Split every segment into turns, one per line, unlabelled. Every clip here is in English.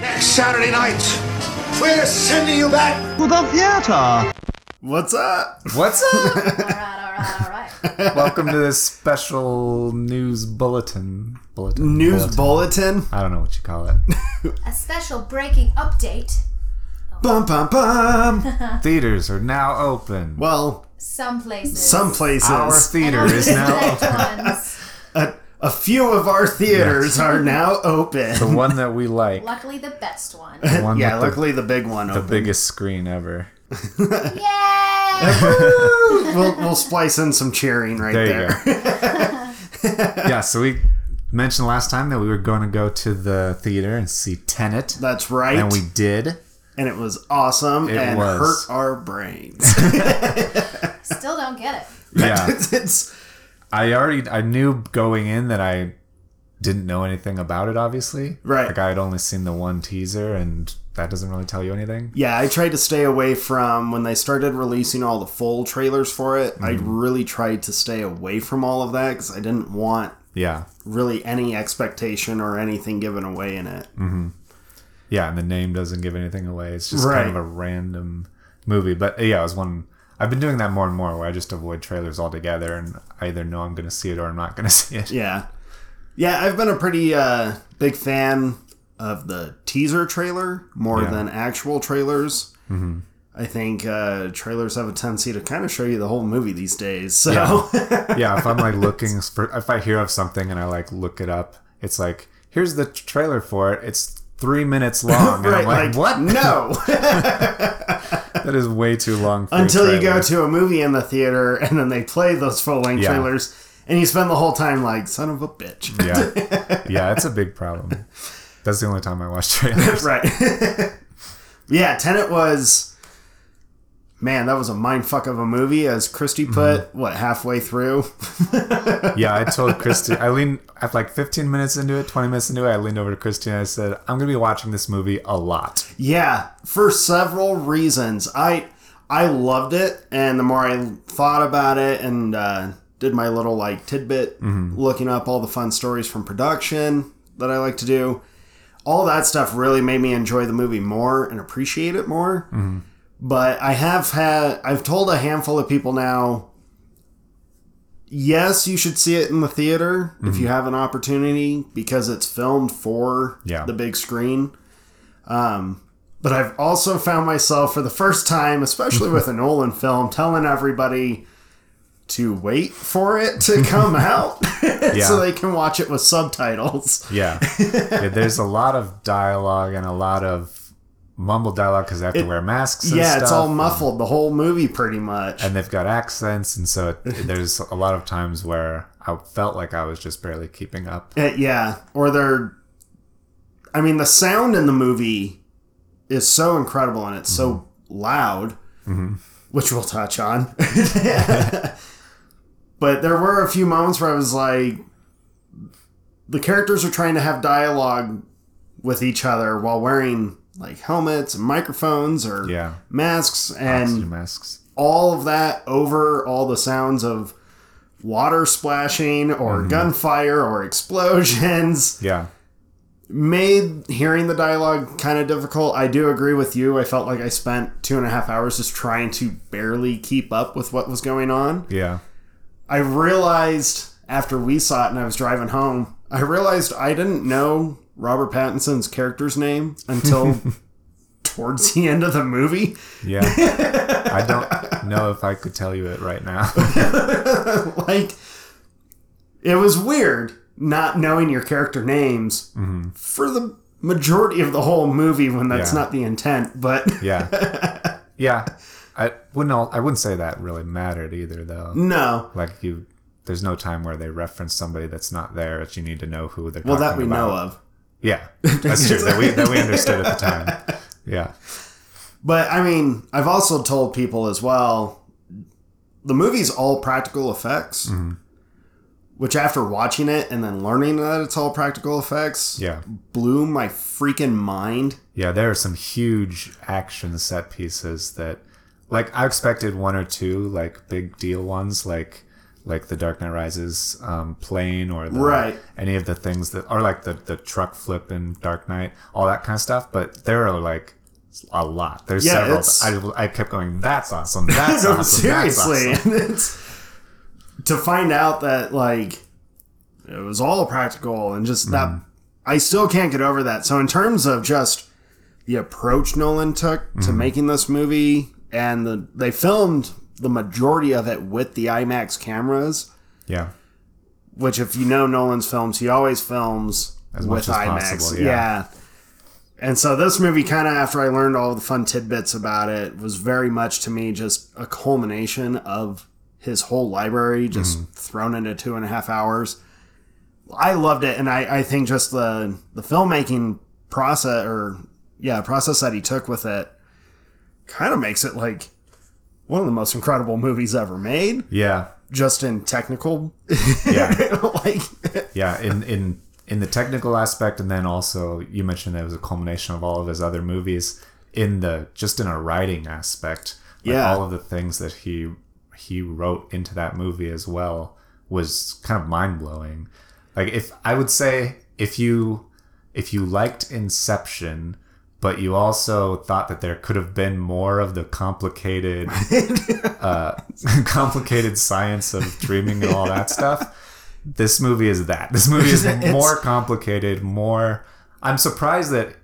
Next Saturday night, we're sending you back
to the theater.
What's up?
What's up?
All right, all right, all right.
Welcome to this special news bulletin. Bulletin.
News
bulletin.
bulletin.
I don't know what you call it.
A special breaking update.
Bum bum
Um,
bum.
Theaters are now open.
well,
Some places.
some places.
Our theater
And
is now
select ones.
a, a few of our theaters are now open.
the one that we like.
Luckily, the best one.
The one
yeah,
with the,
luckily the big one
the
opened.
biggest screen ever.
Yay!
we'll, we'll splice in some cheering right
There
there.
you go. yeah, so we mentioned last time that we were going to go to the theater and see Tenet,
That's right.
and
And,
we did.
it was awesome
It
and
was.
hurt our brains.
Still don't get it.
Yeah,
it's, it's-
I already I knew going in that I didn't know anything about it. Obviously,
Right.
Like I had only seen the one teaser, and that doesn't really tell you anything.
yeah, I tried to stay away from when they started releasing all the full trailers for it. I
Mm-hmm.
really tried to stay away from all of that because I didn't want
Yeah,
really any expectation or anything given away in it.
yeah, and the name doesn't give anything away. It's just
Right.
kind of a random movie. But uh, yeah, it was one. I've been doing that more and more, where I just avoid trailers altogether, and I either know I'm going to see it or I'm not going to see it.
Yeah. Yeah, I've been a pretty uh, big fan of the teaser trailer more
Yeah. Mm-hmm.
than actual trailers. I think uh, trailers have a tendency to kind of show you the whole movie these days. So,
yeah, if I'm like looking for, if I hear of something and I like look it up, it's like, here's the t- trailer for it. It's three minutes long. And
right,
I'm like,
like,
what?
No.
That is way too long. For a
Until you go
trailer.
to a movie in the theater and then they play those full length
Yeah. Mm.
trailers and you spend the whole time like, son of a bitch.
Yeah. Yeah, it's a big problem. That's the only time I watch trailers.
right. yeah, Tenet was. Man, that was a mind fuck of a movie, as Christy
Mm-hmm.
put, what, halfway through?
Yeah, I told Christy, I leaned, at like 15 minutes into it, 20 minutes into it, I leaned over to Christy and I said, I'm going to be watching this movie a lot.
Yeah, for several reasons. I I loved it, and the more I thought about it and uh, did my little like tidbit, looking up all the fun stories from production that I like to do, all that stuff really made me enjoy the movie more and appreciate it more. But I have had I've told a handful of people now. Yes, you should see it in the theater if you have an opportunity because it's filmed for
Yeah.
the big screen. But I've also found myself for the first time, especially with a Nolan film, telling everybody to wait for it to come out
Yeah.
so they can watch it with subtitles.
Yeah. Yeah, There's a lot of dialogue and a lot of mumble dialogue because they have to wear masks and
yeah, it's
stuff.
all muffled the whole movie pretty much.
and they've got accents and so it, there's a lot of times where i felt like i was just barely keeping up
Uh, yeah, or they're I mean the sound in the movie is so incredible and it's so
Mm-hmm.
loud, which we'll touch on. but there were a few moments where I was like the characters are trying to have dialogue with each other while wearing like helmets and microphones or
Yeah.
masks and
oxygen masks
all of that over all the sounds of water splashing or gunfire or explosions
yeah
made hearing the dialogue kind of difficult. I do agree with you. I felt like I spent two and a half hours just trying to barely keep up with what was going on.
yeah
I realized after we saw it and I was driving home, I realized I didn't know Robert Pattinson's character's name until towards the end of the movie.
yeah i don't know if i could tell you it right now
like it was weird not knowing your character names for the majority of the whole movie when that's
Mm-hmm. Yeah.
not the intent but
yeah yeah i wouldn't all, i wouldn't say that really mattered either
Mm.
though
no
like you there's no time where they reference somebody that's not there that you need to know who they're
well that
talking
we
about.
know of
yeah that's true that we that we understood at the time yeah
but i mean i've also told people as well the movie's all practical effects
Mm-hmm.
which after watching it and then learning that it's all practical effects
yeah
blew my freaking mind
Yeah, there are some huge action set pieces that, like, I expected one or two, like, big deal ones, like like the Dark Knight Rises um, plane or the,
Right.
any of the things that are like the, the truck flip in Dark Knight, all that kind of stuff. But there are like a lot. There's
Yeah,
several. I, I kept going, that's awesome. That's
No,
awesome.
seriously.
That's awesome.
it's to find out that like it was all practical and just
Mm.
that I still can't get over that. So in terms of just the approach Nolan took
Mm-hmm.
to making this movie and the they filmed the majority of it with the IMAX cameras,
Yeah.
which if you know Nolan's films, he always films
As
with
much as
IMAX.
possible,
yeah.
yeah.
And so this movie kind of after I learned all the fun tidbits about it was very much to me just a culmination of his whole library just
Mm-hmm.
thrown into two and a half hours. I loved it and I, I think just the the filmmaking process or yeah, process that he took with it kind of makes it like one of the most incredible movies ever made,
Yeah.
just in technical
Yeah.
like
yeah in in in the technical aspect and then also you mentioned that it was a culmination of all of his other movies in the just in a writing aspect like
Yeah.
all of the things that he he wrote into that movie as well was kind of mind-blowing like if i would say if you if you liked inception but you also thought that there could have been more of the complicated uh, complicated science of dreaming and all that stuff this movie is that. This movie is
It's-
more complicated, more. I'm surprised that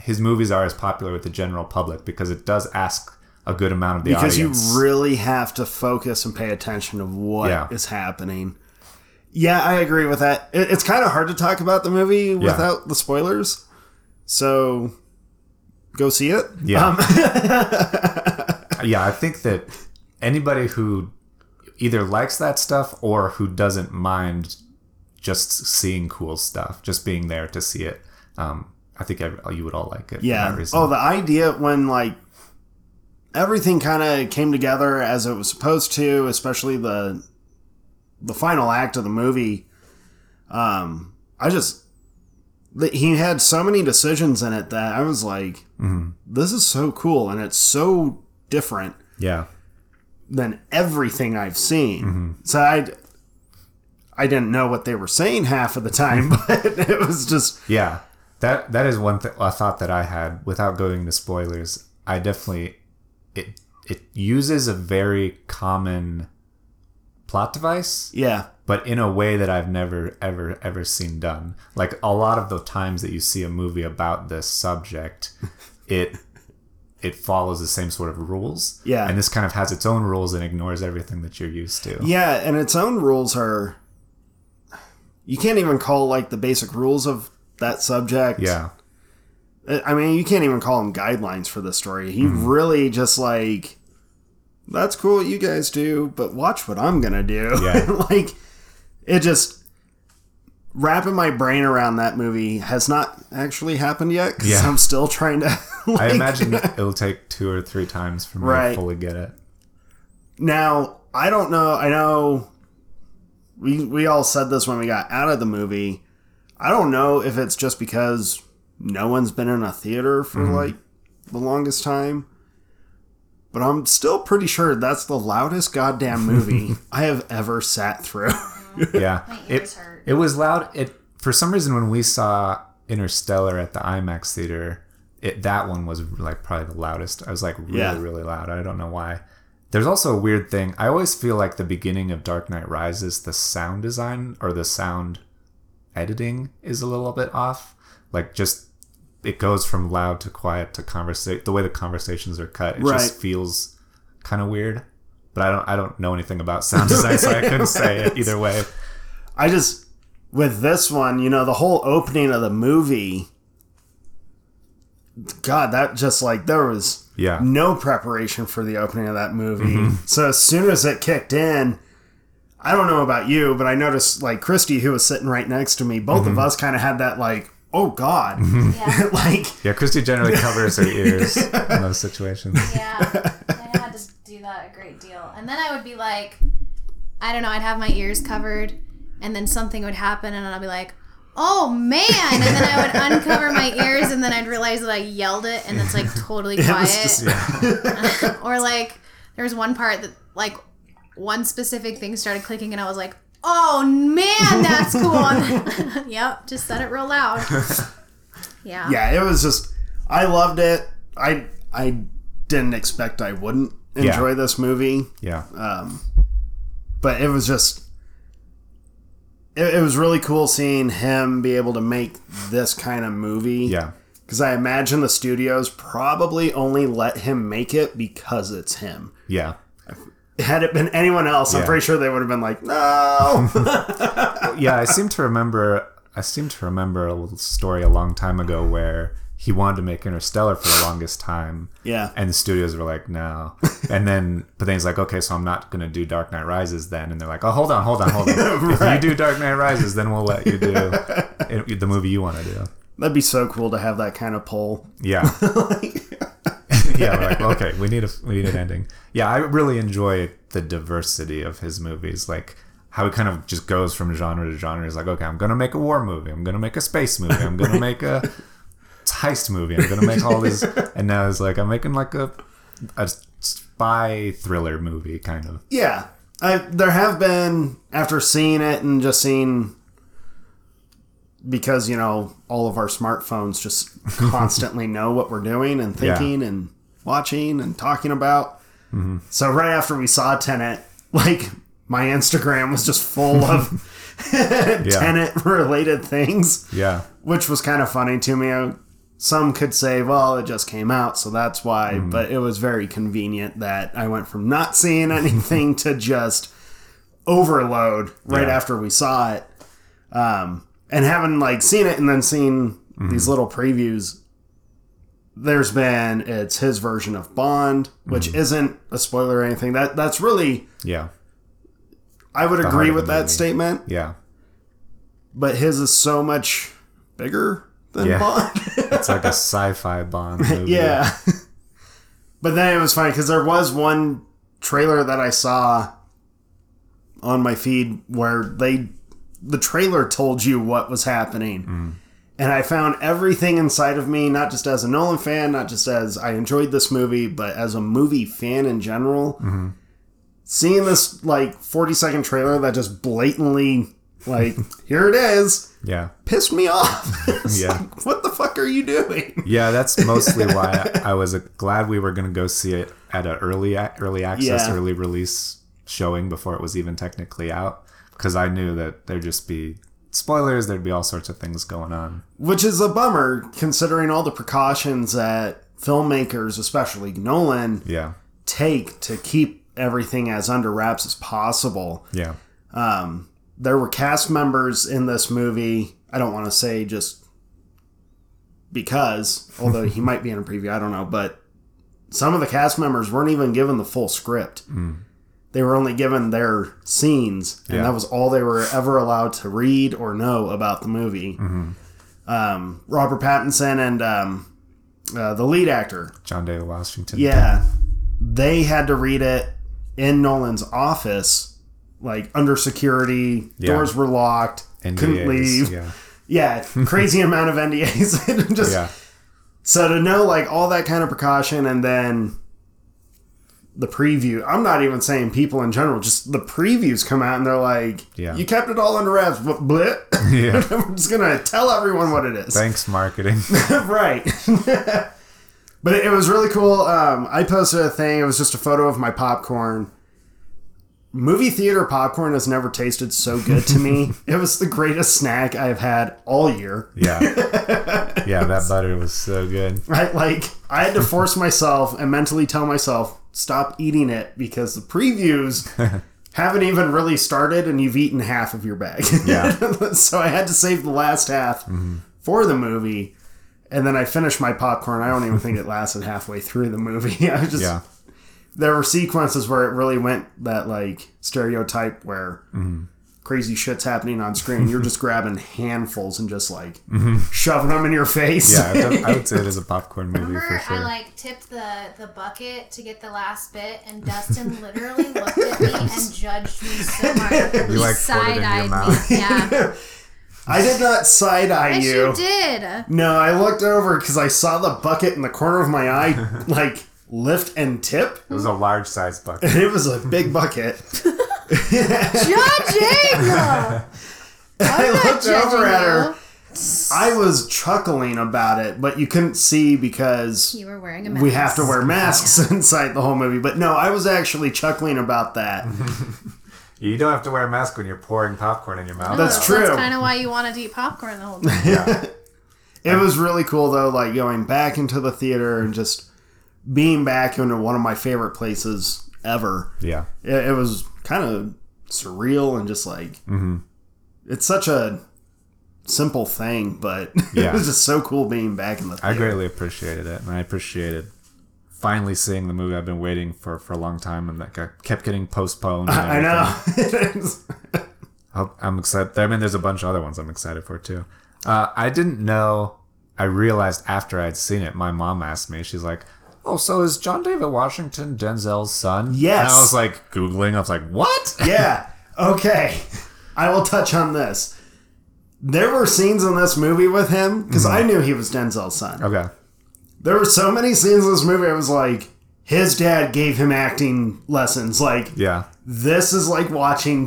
his movies are as popular with the general public because it does ask a good amount of the
because
audience.
you really have to focus and pay attention of what is
Yeah.
happening. Yeah, I agree with that. It, it's kind of hard to talk about the movie without the spoilers, so go see it.
yeah, yeah. I think that anybody who either likes that stuff or who doesn't mind just seeing cool stuff, just being there to see it, um, I think I, you would all like it. for that
Yeah.
reason.
Oh, the idea when like everything kind of came together as it was supposed to, especially the the final act of the movie. Um, I just th- he had so many decisions in it that I was like,
Mm-hmm.
this is so cool and it's so different
yeah.
than everything I've seen.
Mm-hmm.
So I I didn't know what they were saying half of the time, but it was just
Yeah, that that is one th- a thought that I had. Without going to spoilers, I definitely it it uses a very common plot device,
yeah.
but in a way that I've never ever ever seen done. Like a lot of the times that you see a movie about this subject, it it follows the same sort of rules.
Yeah.
and this kind of has its own rules and ignores everything that you're used to.
Yeah, and its own rules are. You can't even call like the basic rules of that subject.
Yeah.
I I mean, you can't even call them guidelines for the story. He
Mm-hmm.
really just like, that's cool what you guys do, but watch what I'm gonna do.
Yeah.
like, it just wrapping my brain around that movie has not actually happened yet because
Yeah.
I'm still trying to. Like,
I imagine it'll take two or three times for me
Right.
to fully get it.
Now, I don't know. I know we we all said this when we got out of the movie. I don't know if it's just because no one's been in a theater for like the longest time. But I'm still pretty sure that's the loudest goddamn movie I have ever sat through.
yeah
My ears
it,
hurt.
it was loud it for some reason when we saw interstellar at the imax theater it that one was like probably the loudest i was like really
Yeah.
really loud i don't know why there's also a weird thing i always feel like the beginning of dark knight rises the sound design or the sound editing is a little bit off like just it goes from loud to quiet to conversation the way the conversations are cut it
Right.
just feels kind of weird but i don't i don't know anything about sound design so i couldn't say it either way
I just with this one, you know, the whole opening of the movie God, that just like there was
Yeah. Mm-hmm.
no preparation for the opening of that movie. So as soon as it kicked in, I don't know about you, but I noticed like Christy, who was sitting right next to me, both
Mm-hmm.
of us kind of had that like, oh God,
Yeah.
like
Yeah, Christy generally covers her ears in those situations.
Yeah. I had to do that a great deal. And then I would be like, I don't know, I'd have my ears covered, and then something would happen, and I'd be like, oh man. And then I would uncover my ears, and then I'd realize that I yelled it, and it's like totally
it
quiet.
was just
or like, there was one part that, like, one specific thing started clicking, and I was like, "Oh man, that's cool." yep, just said it real loud. Yeah.
yeah, it was just I loved it. I I didn't expect I wouldn't enjoy this movie,
Yeah.
but it was just it, it was really cool seeing him be able to make this kind of movie.
yeah.
because I imagine the studios probably only let him make it because it's him.
Yeah.
Had it been anyone else, I'm
Yeah.
pretty sure they would have been like, no.
yeah, I seem to remember. I seem to remember a little story a long time ago where he wanted to make Interstellar for the longest time.
Yeah.
and the studios were like, no. And then, but then he's like, okay, so I'm not gonna do Dark Knight Rises then. And they're like, oh, hold on, hold on, hold on. If you do Dark Knight Rises, then we'll let you do it, the movie you want to do.
That'd be so cool to have that kind of pull.
Yeah. yeah, we're like okay, we need a we need an ending. Yeah, I really enjoy the diversity of his movies, like how he kind of just goes from genre to genre. He's like, okay, I'm gonna make a war movie, I'm gonna make a space movie, I'm gonna make a heist movie, I'm gonna make all these, and now he's like, I'm making like a a spy thriller movie, kind of.
Yeah. I, there have been, after seeing it and just seeing, because, you know, all of our smartphones just constantly know what we're doing and
Yeah.
thinking and watching and talking about.
Mm-hmm.
So, right after we saw Tenet, like, my Instagram was just full of Tenet related things.
Yeah,
which was kind of funny to me. Some could say, well, it just came out, so that's why,
Mm-hmm.
but it was very convenient that I went from not seeing anything to just overload right
Yeah.
after we saw it. Um, and having like seen it and then seen
Mm-hmm.
these little previews, there's been it's his version of Bond, which
Mm-hmm.
isn't a spoiler or anything. That that's really
yeah,
I would
heart
agree
of
with
the
that
movie.
statement,
yeah.
but his is so much bigger than
Yeah.
Bond.
It's like a sci-fi Bond movie.
Yeah. but then it was funny because there was one trailer that I saw on my feed where they the trailer told you what was happening. And I found everything inside of me, not just as a Nolan fan, not just as I enjoyed this movie, but as a movie fan in general. Seeing this like 40 second trailer that just blatantly, like, here it is,
yeah.
pissed me off. It's
Yeah.
like, what the fuck are you doing?
Yeah, that's mostly why I, I was uh, glad we were going to go see it at an early ac- early access,
Yeah.
early release showing before it was even technically out, because I knew that there'd just be spoilers, there'd be all sorts of things going on.
which is a bummer considering all the precautions that filmmakers, especially Nolan,
Yeah,
take to keep everything as under wraps as possible.
yeah,
um, There were cast members in this movie. I don't want to say just because, although he might be in a preview, I don't know, but some of the cast members weren't even given the full script. They were only given their scenes, and
Yeah.
that was all they were ever allowed to read or know about the movie. Um, Robert Pattinson and um, uh, the lead actor,
John David Washington.
yeah, they had to read it in Nolan's office, like under security.
Yeah.
Doors were locked.
NDAs,
couldn't leave. Yeah,
Yeah,
crazy amount of NDAs. and just
yeah,
so to know like all that kind of precaution and then the preview. I'm not even saying people in general. Just the previews come out and they're like,
Yeah.
you kept it all under wraps, but blit.
yeah.
We're just gonna tell everyone what it is."
Thanks, marketing.
right. but it was really cool. Um, I posted a thing. It was just a photo of my popcorn. Movie theater popcorn has never tasted so good to me. it was the greatest snack I've had all year.
Yeah, yeah. That butter was so good.
Right? Like I had to force myself and mentally tell myself stop eating it because the previews haven't even really started and you've eaten half of your bag.
Yeah. Mm-hmm.
so I had to save the last half for the movie. And then I finished my popcorn. I don't even think it lasted halfway through the movie. I just
Yeah,
there were sequences where it really went that like stereotype where
Mm-hmm.
crazy shit's happening on screen. You're just grabbing handfuls and just like shoving them in your face.
Mm-hmm. yeah. I would- I would say it is a popcorn movie for
Remember, I
sure.
like tipped the the bucket to get the last bit, and Dustin literally looked at me and judged me so hard. You he
like, poured it into your
side-eyed
mouth.
me. Yeah,
I did not side eye
yes,
you.
you did.
No, I looked over because I saw the bucket in the corner of my eye, like lift and tip.
It was a large size bucket.
It was a big bucket.
Judging!
I looked over at her.
you.
I was chuckling about it, but you couldn't see because
You were wearing a mask.
we have to wear masks inside the whole movie. But no, I was actually chuckling about that.
You don't have to wear a mask when you're pouring popcorn in your mouth.
That's
Oh,
true.
That's kind of why you wanted to eat popcorn the whole time.
yeah.
It was really cool though, like going back into the theater and just being back into one of my favorite places ever.
Yeah.
It, it was kind of surreal and just like
Mm-hmm.
it's such a simple thing, but
Yeah.
it was just so cool being back in the
I
theater.
greatly appreciated it, and I appreciated finally seeing the movie I've been waiting for for a long time, and that got, kept getting postponed. and
I know. It's-
Hope- I'm excited. I mean, there's a bunch of other ones I'm excited for too. Uh, I didn't know. I realized after I'd seen it, my mom asked me. She's like, "Oh, so is John David Washington Denzel's son?"
Yes.
And I was like googling. I was like, "What?"
yeah. Okay. I will touch on this. There were scenes in this movie with him because I knew he was Denzel's son.
Mm-hmm. Okay.
There were so many scenes in this movie. I was like, his dad gave him acting lessons. Like
Yeah.
this is like watching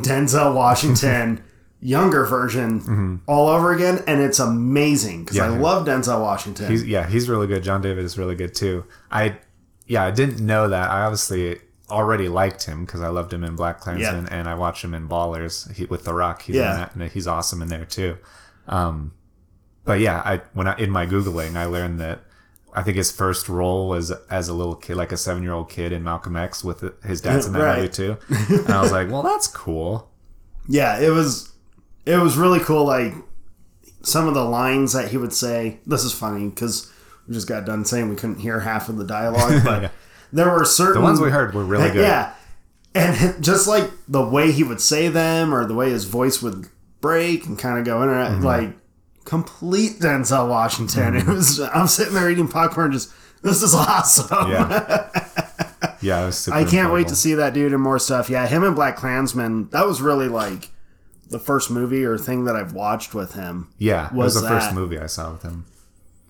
Denzel Washington younger version all over again, and it's amazing because I
Mm-hmm. Yeah.
love Denzel Washington.
He's yeah, he's really good. John David is really good too. I yeah, I didn't know that. I obviously already liked him because I loved him in Black Klansman
Yeah.
and I watch him in Ballers he, with The Rock. He's
Yeah.
in that, and he's awesome in there too. Um, but yeah, I when I in my googling, I learned that I think his first role was as a little kid, like a seven year old kid in Malcolm X with his dad's in that
Right.
movie too. And I was like, well, that's cool.
yeah, it was it was really cool. Like some of the lines that he would say. This is funny because we just got done saying we couldn't hear half of the dialogue, but
Yeah.
there were
The
certain
ones we heard were really good.
Yeah. And just like the way he would say them or the way his voice would break and kind of go in and
Mm-hmm.
out, like complete Denzel Washington. It was I'm sitting there eating popcorn just this is awesome.
Yeah. Yeah, it was super
I can't wait
enjoyable.
to see that dude and more stuff. Yeah, him and Black Klansman, that was really like the first movie or thing that I've watched with him.
Yeah,
was
it was the first
that.
movie I saw with him.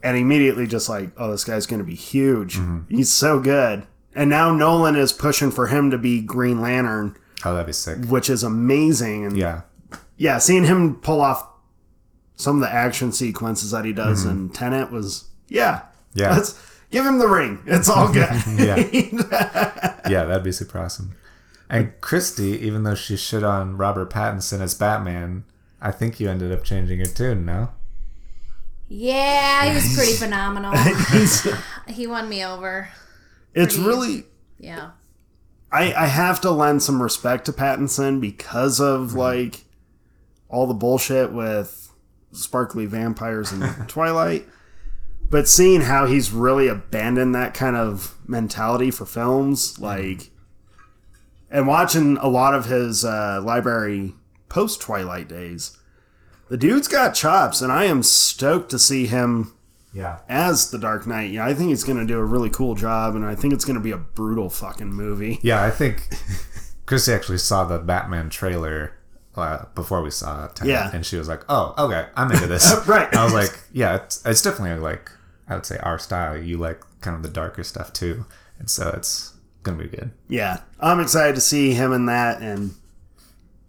And immediately just like, oh, this guy's gonna be huge.
Mm-hmm.
He's so good. And now Nolan is pushing for him to be Green Lantern,
Oh, that'd be sick.
which is amazing. And
Yeah.
yeah, seeing him pull off some of the action sequences that he does in Tenet was yeah,
Yeah.
Let's give him the ring. It's all good.
Yeah, that'd be super awesome. And Christy, even though she shit on Robert Pattinson as Batman, I think you ended up changing your tune, no?
Yeah, he was pretty phenomenal.
He's-
he won me over.
it's really
Yeah.
I I have to lend some respect to Pattinson because of like all the bullshit with sparkly vampires and Twilight. But seeing how he's really abandoned that kind of mentality for films, like, and watching a lot of his uh, library post Twilight days, the dude's got chops, and I am stoked to see him
Yeah.
as the Dark Knight. Yeah, I think he's going to do a really cool job, and I think it's going to be a brutal fucking movie.
Yeah, I think Christy actually saw the Batman trailer uh, before we saw it.
Yeah.
And she was like, oh, okay, I'm into this.
Right.
I was like, yeah, it's, it's definitely like, I would say our style. You like kind of the darker stuff too. And so it's going to be good.
Yeah, I'm excited to see him in that. And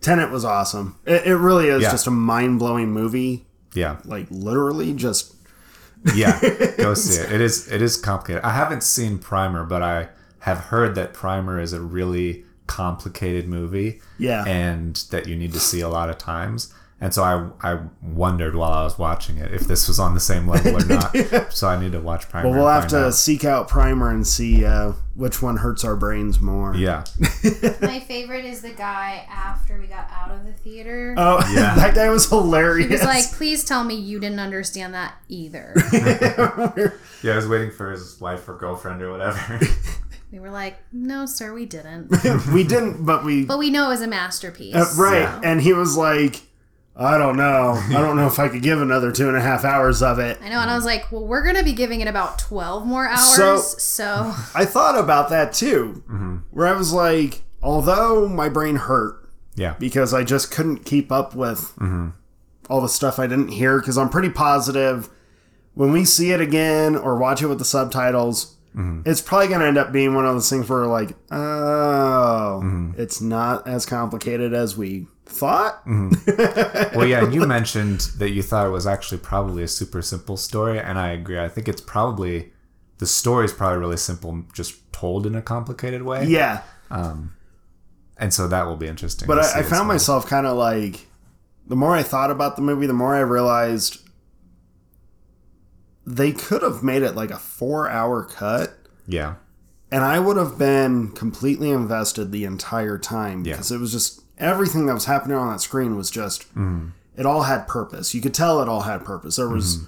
Tenet was awesome. It, it really is
Yeah.
just a mind blowing movie.
Yeah.
Like literally, just
Yeah, go see it. It is it is complicated. I haven't seen Primer, but I have heard that Primer is a really complicated movie.
Yeah.
and that you need to see a lot of times. And so I I wondered while I was watching it if this was on the same level or not. So I need to watch Primer.
we'll
and
have to
find out.
seek out Primer and see uh, which one hurts our brains more.
Yeah,
My favorite is the guy after we got out of the theater.
Oh,
Yeah.
that guy was
he
hilarious.
was like, please tell me you didn't understand that either.
yeah. I was waiting for his wife or girlfriend or whatever.
we were like, no, sir, we didn't.
we didn't, but we
But we know it was a masterpiece.
uh, right.
so.
And he was like, I don't know. I don't know if I could give another two and a half hours of it.
I know, and I was like, well, we're going to be giving it about 12 more hours.
So-
so
I thought about that too,
Mm-hmm.
where I was like, although my brain hurt
yeah,
because I just couldn't keep up with all the stuff I didn't hear. Because I'm pretty positive when we see it again or watch it with the subtitles, It's probably going to end up being one of those things where, like, oh, it's not as complicated as we thought.
Well, yeah, and you mentioned that you thought it was actually probably a super simple story, and I agree. I think it's probably the story is probably really simple, just told in a complicated way.
Yeah.
and so that will be interesting.
But
to see
I, I
as
found
well.
myself kind of like, the more I thought about the movie, the more I realized they could have made it like a four hour cut.
yeah,
and I would have been completely invested the entire time because it was just everything that was happening on that screen was just
Mm-hmm.
it all had purpose. You could tell it all had purpose. There was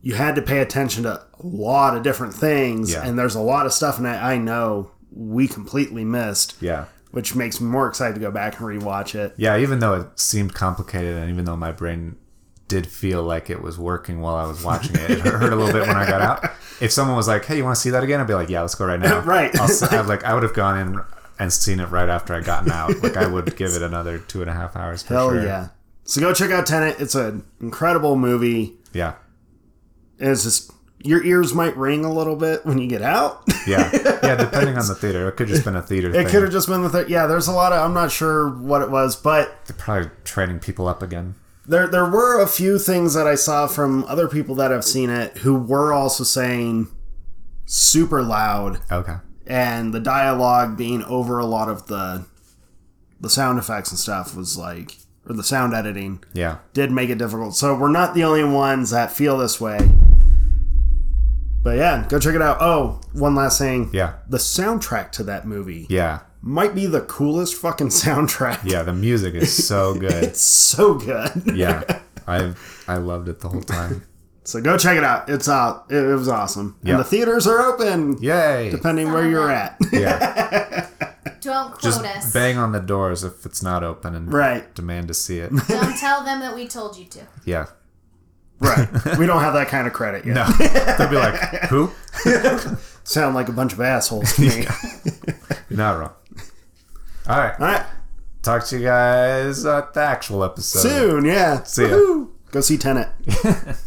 you had to pay attention to a lot of different things,
Yeah.
and there's a lot of stuff, and I, I know we completely missed,
yeah,
which makes me more excited to go back and rewatch it.
yeah. Even though it seemed complicated, and even though my brain did feel like it was working while I was watching it, it hurt a little bit when I got out. If someone was like, "Hey, you want to see that again?" I'd be like, "Yeah, let's go right now."
Right.
I'll, s- I'd like I would have gone in and seen it right after I gotten out. Like I would give it another two and a half hours. For
Hell
sure.
yeah! So go check out Tenet. It's an incredible movie.
Yeah.
It's just your ears might ring a little bit when you get out.
Yeah, yeah. Depending on the theater, it could just been a theater.
It
thing.
could have just been the third. Yeah, there's a lot of. I'm not sure what it was, but
They're probably training people up again.
there there were a few things that I saw from other people that have seen it who were also saying super loud
Okay.
and the dialogue being over a lot of the the sound effects and stuff was like or the sound editing
Yeah.
did make it difficult. So we're not the only ones that feel this way. But yeah, go check it out. Oh, one last thing.
Yeah.
The soundtrack to that movie
Yeah.
might be the coolest fucking soundtrack.
Yeah. The music is so good.
It's so good.
Yeah. I I loved it the whole time.
So go check it out. It's out. It, it was awesome.
Yeah.
And the theaters are open,
Yay.
depending where you're at.
Yeah.
Don't quote
Just
us.
bang on the doors if it's not open and
right.
demand to see it.
Don't tell them that we told you to.
Yeah.
Right. we don't have that kind of credit yet.
No. They'll be like, who?
Sound like a bunch of assholes to me.
You're not wrong. All right.
All right.
Talk to you guys at the actual episode.
Soon. Yeah.
See ya.
Woohoo. Go see Tenet.